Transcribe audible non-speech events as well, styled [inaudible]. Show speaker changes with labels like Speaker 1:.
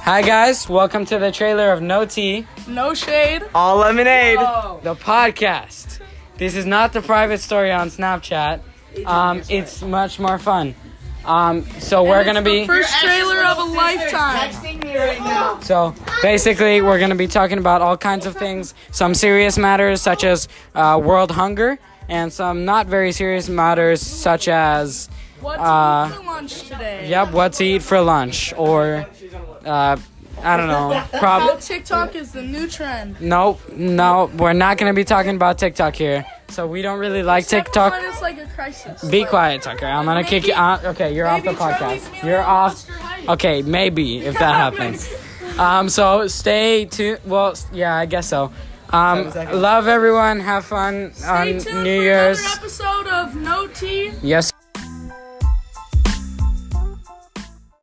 Speaker 1: Hi guys, welcome to the trailer of No Tea,
Speaker 2: No shade.
Speaker 3: All lemonade.
Speaker 2: Oh.
Speaker 1: the podcast. This is not the private story on Snapchat. Um, it's much more fun. Um, so we're gonna be
Speaker 2: First trailer of a lifetime.
Speaker 1: so basically we're gonna be talking about all kinds of things, some serious matters such as uh, world hunger, and some not very serious matters such as
Speaker 2: What
Speaker 1: Uh,
Speaker 2: to eat for lunch today?
Speaker 1: yep, what to eat for lunch or uh, I don't know, probably.
Speaker 2: How TikTok is the new trend.
Speaker 1: [laughs] Nope, no, we're not gonna be talking about TikTok here. So we don't really like
Speaker 2: Everyone
Speaker 1: TikTok.
Speaker 2: is like a crisis.
Speaker 1: Be
Speaker 2: Like,
Speaker 1: quiet, Tucker. I'm gonna
Speaker 2: Maybe-
Speaker 1: kick you out. Okay, you're off the
Speaker 2: maybe Charlie's
Speaker 1: podcast.
Speaker 2: Meal
Speaker 1: You're
Speaker 2: and
Speaker 1: off.
Speaker 2: Oscar Hayek.
Speaker 1: Okay, maybe if that happens. Um, so stay tuned. Well, s- yeah, I guess so. Um,
Speaker 3: seconds.
Speaker 1: love everyone. Have fun
Speaker 2: Stay
Speaker 1: on
Speaker 2: tuned
Speaker 1: New
Speaker 2: for
Speaker 1: Year's.
Speaker 2: another episode of No Tea.
Speaker 1: Yes.